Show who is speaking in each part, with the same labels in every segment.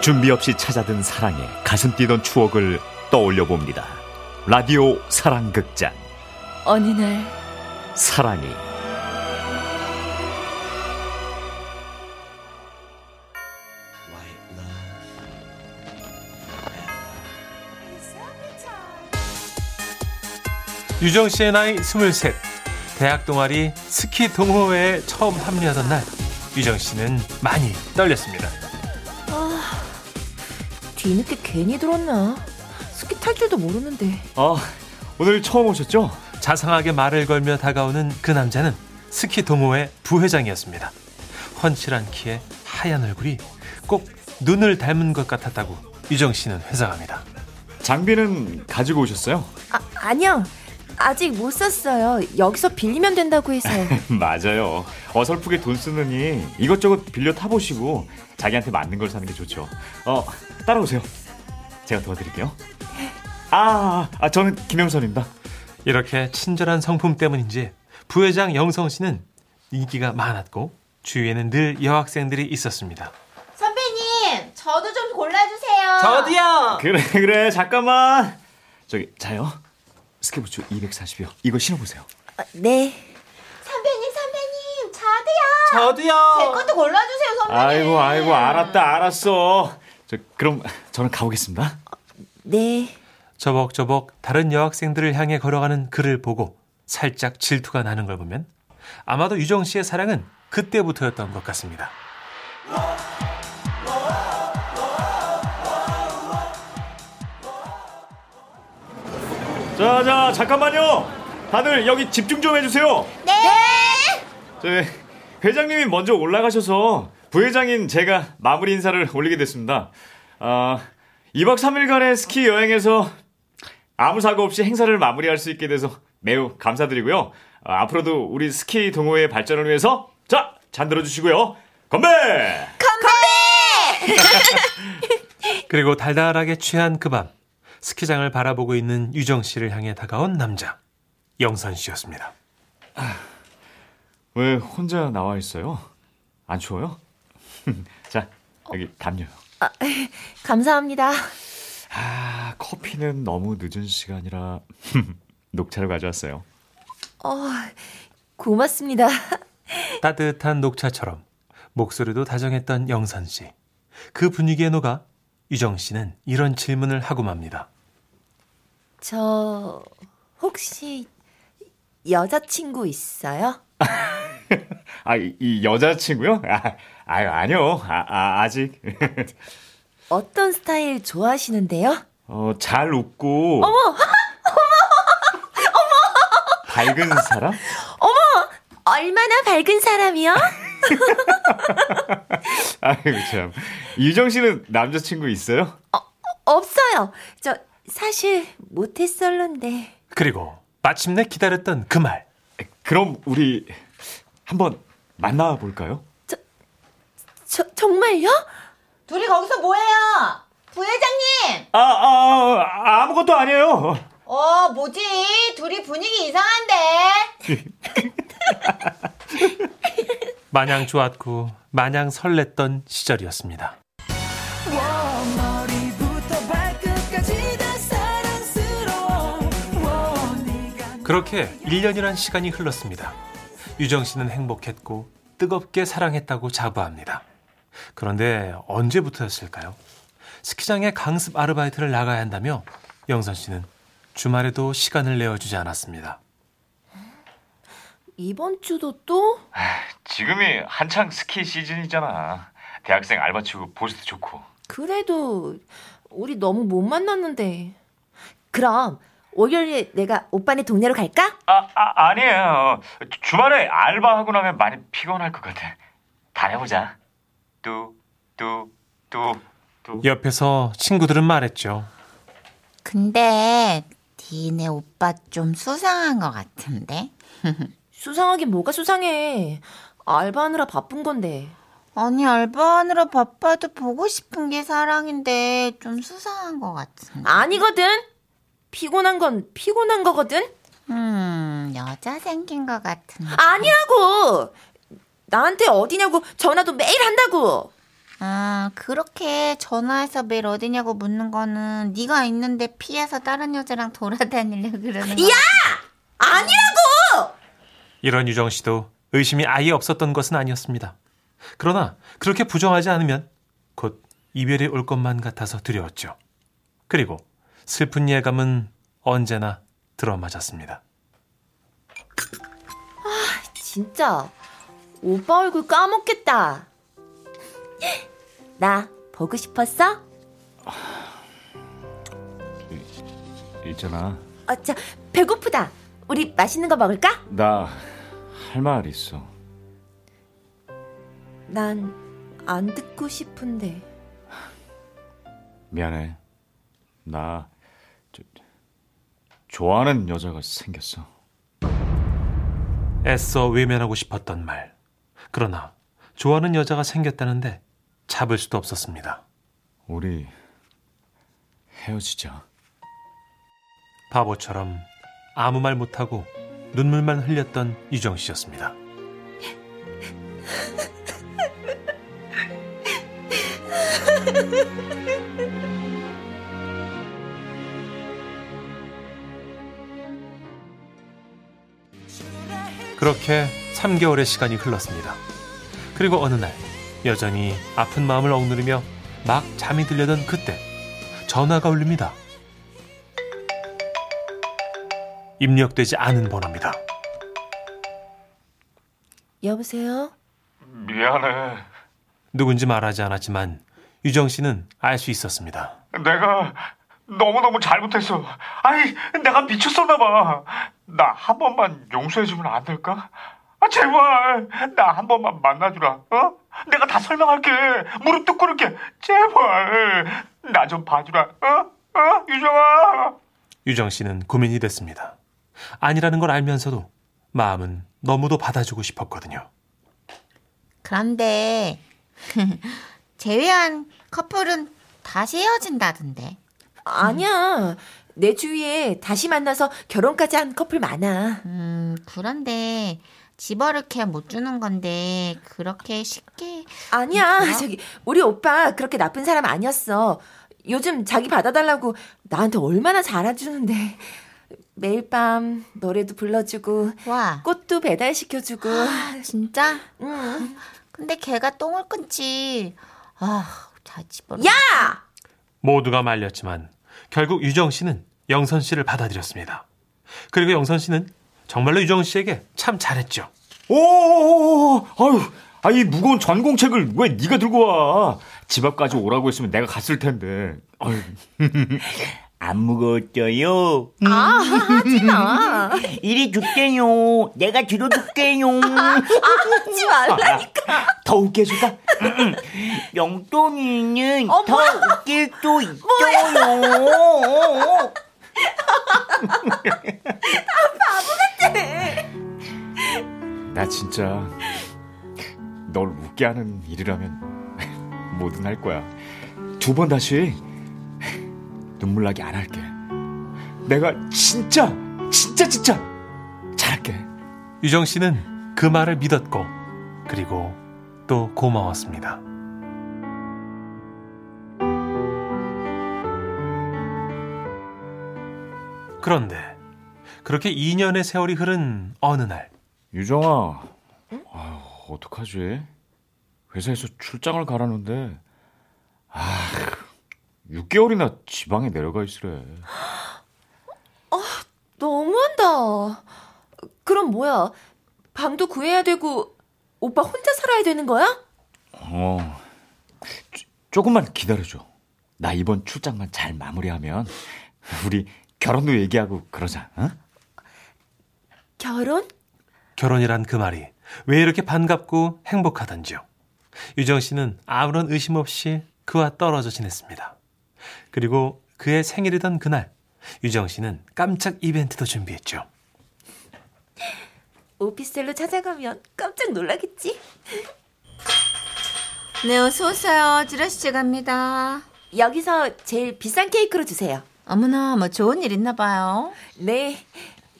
Speaker 1: 준비 없이 찾아든 사랑에 가슴 뛰던 추억을 떠올려 봅니다. 라디오 사랑극장
Speaker 2: 어느 날
Speaker 1: 사랑이
Speaker 3: 유정 씨의 나이 23. 대학 동아리 스키 동호회에 처음 합류하던 날, 유정 씨는 많이 떨렸습니다.
Speaker 2: 뒤늦게 괜히 들었나? 스키 탈 줄도 모르는데
Speaker 1: 아 오늘 처음 오셨죠?
Speaker 3: 자상하게 말을 걸며 다가오는 그 남자는 스키 동호회 부회장이었습니다. 훤칠한 키에 하얀 얼굴이 꼭 눈을 닮은 것 같았다고 유정 씨는 회상합니다.
Speaker 1: 장비는 가지고 오셨어요?
Speaker 2: 아, 아니요 아직 못 샀어요 여기서 빌리면 된다고 해서요
Speaker 1: 맞아요. 어설프게 돈 쓰느니 이것저것 빌려 타보시고 자기한테 맞는 걸 사는 게 좋죠. 어 따라오세요. 제가 도와드릴게요. 아, 아 저는 김영선입니다.
Speaker 3: 이렇게 친절한 성품 때문인지 부회장 영성 씨는 인기가 많았고 주위에는 늘 여학생들이 있었습니다.
Speaker 4: 선배님, 저도 좀 골라주세요.
Speaker 5: 저도요.
Speaker 1: 그래 그래 잠깐만. 저기 자요. 스케부츠 240이요. 이거 신어보세요.
Speaker 2: 아, 네
Speaker 4: 선배님, 선배님, 저도요. 제
Speaker 5: 저도요.
Speaker 4: 것도 골라주세요, 선배님.
Speaker 1: 아이고 아이고 알았다 알았어. 저 그럼 저는 가보겠습니다.
Speaker 2: 네.
Speaker 3: 저벅저벅 다른 여학생들을 향해 걸어가는 그를 보고 살짝 질투가 나는 걸 보면 아마도 유정 씨의 사랑은 그때부터였던 것 같습니다.
Speaker 1: 자자 잠깐만요. 다들 여기 집중 좀 해주세요.
Speaker 4: 네.
Speaker 1: 저 회장님이 먼저 올라가셔서 부회장인 제가 마무리 인사를 올리게 됐습니다. 아, 2박 3일간의 스키 여행에서 아무 사고 없이 행사를 마무리할 수 있게 돼서 매우 감사드리고요. 아, 앞으로도 우리 스키 동호회의 발전을 위해서 자, 잔 들어 주시고요. 건배!
Speaker 3: 그리고 달달하게 취한 그 밤 스키장을 바라보고 있는 유정 씨를 향해 다가온 남자 영선 씨였습니다.
Speaker 1: 왜 혼자 나와 있어요? 안 추워요? 자, 여기 담요.
Speaker 2: 아, 감사합니다.
Speaker 1: 아, 커피는 너무 늦은 시간이라 녹차를 가져왔어요.
Speaker 2: 어, 고맙습니다.
Speaker 3: 따뜻한 녹차처럼 목소리도 다정했던 영선 씨. 그 분위기에 녹아 유정 씨는 이런 질문을 하고 맙니다.
Speaker 2: 저 혹시 여자친구 있어요?
Speaker 1: 아, 이, 이 여자친구요? 아, 아유, 아니요. 아, 아, 아직.
Speaker 2: 어떤 스타일 좋아하시는데요?
Speaker 1: 어, 잘 웃고. 어머! 어머! 밝은 사람?
Speaker 2: 얼마나 밝은 사람이요?
Speaker 1: 아이고, 참. 유정 씨는 남자친구 있어요?
Speaker 2: 없어요. 저 사실 모태솔로인데.
Speaker 3: 그리고 마침내 기다렸던 그 말.
Speaker 1: 그럼 우리 한번 만나볼까요?
Speaker 2: 저 정말요?
Speaker 4: 둘이 거기서 뭐해요? 부회장님!
Speaker 1: 아, 아, 아, 아무것도 아니에요.
Speaker 4: 어, 뭐지? 둘이 분위기 이상한데?
Speaker 3: 마냥 좋았고 마냥 설렜던 시절이었습니다. 그렇게 1년이란 시간이 흘렀습니다. 유정 씨는 행복했고 뜨겁게 사랑했다고 자부합니다. 그런데 언제부터였을까요? 스키장에 강습 아르바이트를 나가야 한다며 영선 씨는 주말에도 시간을 내어주지 않았습니다.
Speaker 2: 이번 주도 또?
Speaker 1: 지금이 한창 스키 시즌이잖아. 대학생 알바 치고 보수도 좋고.
Speaker 2: 그래도 우리 너무 못 만났는데. 그럼 월요일에 내가 오빠네 동네로 갈까?
Speaker 1: 아, 아 아니에요. 주말에 알바하고 나면 많이 피곤할 것 같아. 다녀보자. 뚜뚜뚜 뚜.
Speaker 3: 옆에서 친구들은 말했죠.
Speaker 6: 근데 니네 오빠 좀 수상한 것 같은데?
Speaker 2: 수상하긴 뭐가 수상해. 알바하느라 바쁜 건데.
Speaker 6: 아니 알바하느라 바빠도 보고 싶은 게 사랑인데 좀 수상한 것 같은데.
Speaker 2: 아니거든. 피곤한 건 피곤한 거거든.
Speaker 6: 음 여자 생긴 것 같은데.
Speaker 2: 아니라고. 나한테 어디냐고 전화도 매일 한다고.
Speaker 6: 아, 그렇게 전화해서 매일 어디냐고 묻는 거는 네가 있는데 피해서 다른 여자랑 돌아다니려고 그러는 거야.
Speaker 2: 아니라고!
Speaker 3: 이런 유정 씨도 의심이 아예 없었던 것은 아니었습니다. 그러나 그렇게 부정하지 않으면 곧 이별이 올 것만 같아서 두려웠죠. 그리고 슬픈 예감은 언제나 들어맞았습니다.
Speaker 2: 진짜 오빠 얼굴 까먹겠다. 나 보고 싶었어?
Speaker 1: 있잖아.
Speaker 2: 어차 배고프다. 우리 맛있는 거 먹을까?
Speaker 1: 나 할 말 있어.
Speaker 2: 난 안 듣고 싶은데.
Speaker 1: 미안해. 나 저, 좋아하는 여자가 생겼어.
Speaker 3: 애써 외면하고 싶었던 말. 그러나 좋아하는 여자가 생겼다는데 잡을 수도 없었습니다.
Speaker 1: 우리 헤어지자.
Speaker 3: 바보처럼 아무 말 못하고 눈물만 흘렸던 유정 씨였습니다. 그렇게 3개월의 시간이 흘렀습니다. 그리고 어느 날 여전히 아픈 마음을 억누르며 막 잠이 들려던 그때 전화가 울립니다. 입력되지 않은 번호입니다.
Speaker 2: 여보세요?
Speaker 1: 미안해.
Speaker 3: 누군지 말하지 않았지만 유정 씨는 알 수 있었습니다.
Speaker 1: 내가 너무너무 잘못했어. 아니, 내가 미쳤었나 봐. 나 한 번만 용서해주면 안 될까? 아, 제발. 나 한 번만 만나주라. 어? 내가 다 설명할게. 무릎 뚝 꿇을게. 제발. 나 좀 봐주라. 어? 어? 유정아.
Speaker 3: 유정 씨는 고민이 됐습니다. 아니라는 걸 알면서도 마음은 너무도 받아주고 싶었거든요.
Speaker 6: 그런데 제외한 커플은 다시 헤어진다던데.
Speaker 2: 아니야. 내 주위에 다시 만나서 결혼까지 한 커플 많아.
Speaker 6: 음, 그런데 집어넣게 못 주는 건데 그렇게 쉽게
Speaker 2: 아니야.
Speaker 6: 그래요?
Speaker 2: 저기 우리 오빠 그렇게 나쁜 사람 아니었어. 요즘 자기 받아달라고 나한테 얼마나 잘해주는데 매일 밤 노래도 불러주고
Speaker 6: 와
Speaker 2: 꽃도 배달시켜주고
Speaker 6: 아. 진짜?
Speaker 2: 응.
Speaker 6: 근데 걔가 똥을 끊지. 아, 다 집어넣.
Speaker 2: 야!
Speaker 3: 모두가 말렸지만 결국 유정 씨는 영선 씨를 받아들였습니다. 그리고 영선 씨는 정말로 유정 씨에게 참 잘했죠.
Speaker 1: 오, 아유, 아 이 무거운 전공책을 왜 네가 들고 와? 집 앞까지 오라고 했으면 내가 갔을 텐데. 아유. 안 무거웠죠요.
Speaker 2: 아, 하지 마.
Speaker 5: 이리 줄게요. 내가 뒤로 줄게요.
Speaker 6: 음.
Speaker 2: 하지 말라니까.
Speaker 5: 더 웃게 해줄까? 영돈이는 더 웃길 수 있어요.
Speaker 1: 나 진짜 널 웃게 하는 일이라면 뭐든 할 거야. 두 번 다시 눈물 나게 안 할게. 내가 진짜 진짜 진짜 잘할게.
Speaker 3: 유정 씨는 그 말을 믿었고 그리고 또 고마웠습니다. 그런데 그렇게 2년의 세월이 흐른 어느 날
Speaker 1: 유정아, 아유 어떡하지? 회사에서 출장을 가라는데 아 6개월이나 지방에 내려가 있으래.
Speaker 2: 너무한다. 그럼 뭐야? 방도 구해야 되고 오빠 혼자 살아야 되는 거야?
Speaker 1: 어 조- 조금만 기다려줘. 나 이번 출장만 잘 마무리하면 우리 결혼도 얘기하고 그러자. 어?
Speaker 2: 결혼?
Speaker 3: 결혼이란 그 말이 왜 이렇게 반갑고 행복하던지요. 유정 씨는 아무런 의심 없이 그와 떨어져 지냈습니다. 그리고 그의 생일이던 그날 유정 씨는 깜짝 이벤트도 준비했죠.
Speaker 2: 오피스텔로 찾아가면 깜짝 놀라겠지?
Speaker 6: 네, 어서 오세요. 지라씨 제 갑니다.
Speaker 2: 여기서 제일 비싼 케이크로 주세요.
Speaker 6: 어머나, 뭐 좋은 일 있나 봐요.
Speaker 2: 네.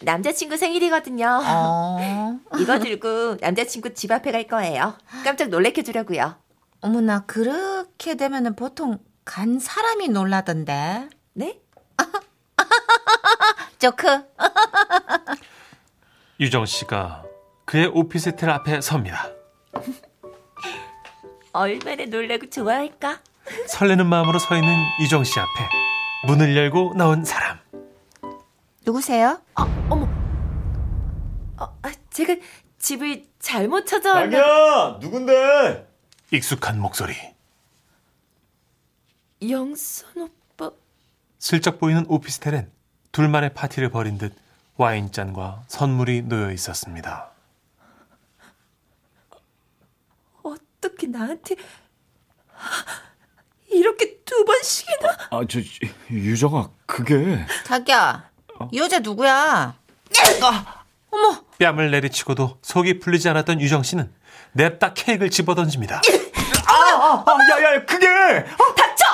Speaker 2: 남자친구 생일이거든요.
Speaker 6: 어.
Speaker 2: 이거 들고 남자친구 집 앞에 갈 거예요. 깜짝 놀래켜 주려고요.
Speaker 6: 어머나 그렇게 되면은 보통 간 사람이 놀라던데.
Speaker 2: 네?
Speaker 6: 조크.
Speaker 3: 유정 씨가 그의 오피스텔 앞에 섭니다.
Speaker 2: 얼마나 놀라고 좋아할까?
Speaker 3: 설레는 마음으로 서 있는 유정 씨 앞에 문을 열고 나온 사람.
Speaker 6: 누구세요?
Speaker 2: 어, 아, 제가 집을 잘못 찾아왔나? 네.
Speaker 1: 자기야 누군데?
Speaker 3: 익숙한 목소리.
Speaker 2: 영선 오빠.
Speaker 3: 슬쩍 보이는 오피스텔엔 둘만의 파티를 벌인 듯 와인잔과 선물이 놓여 있었습니다.
Speaker 2: 어떻게 나한테 이렇게 두 번씩이나
Speaker 1: 아저 유정아 그게
Speaker 6: 자기야. 이 여자 누구야?
Speaker 3: 뺨을 내리치고도 속이 풀리지 않았던 유정 씨는 냅다 케이크를 집어던집니다.
Speaker 1: 아, 야야 야, 그게
Speaker 2: 닥쳐!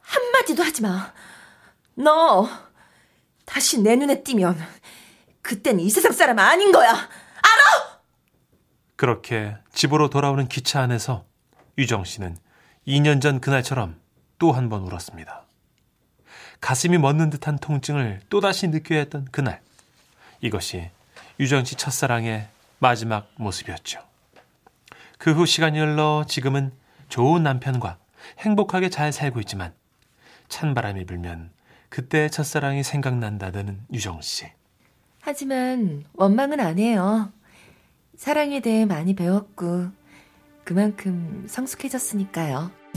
Speaker 2: 한마디도 하지 마. 너 다시 내 눈에 띄면 그땐 이 세상 사람 아닌 거야.
Speaker 3: 그렇게 집으로 돌아오는 기차 안에서 유정 씨는 2년 전 그날처럼 또 한 번 울었습니다. 가슴이 멎는 듯한 통증을 또다시 느껴야 했던 그날. 이것이 유정 씨 첫사랑의 마지막 모습이었죠. 그 후 시간이 흘러 지금은 좋은 남편과 행복하게 잘 살고 있지만 찬바람이 불면 그때의 첫사랑이 생각난다는 유정 씨.
Speaker 2: 하지만 원망은 안 해요. 사랑에 대해 많이 배웠고 그만큼 성숙해졌으니까요.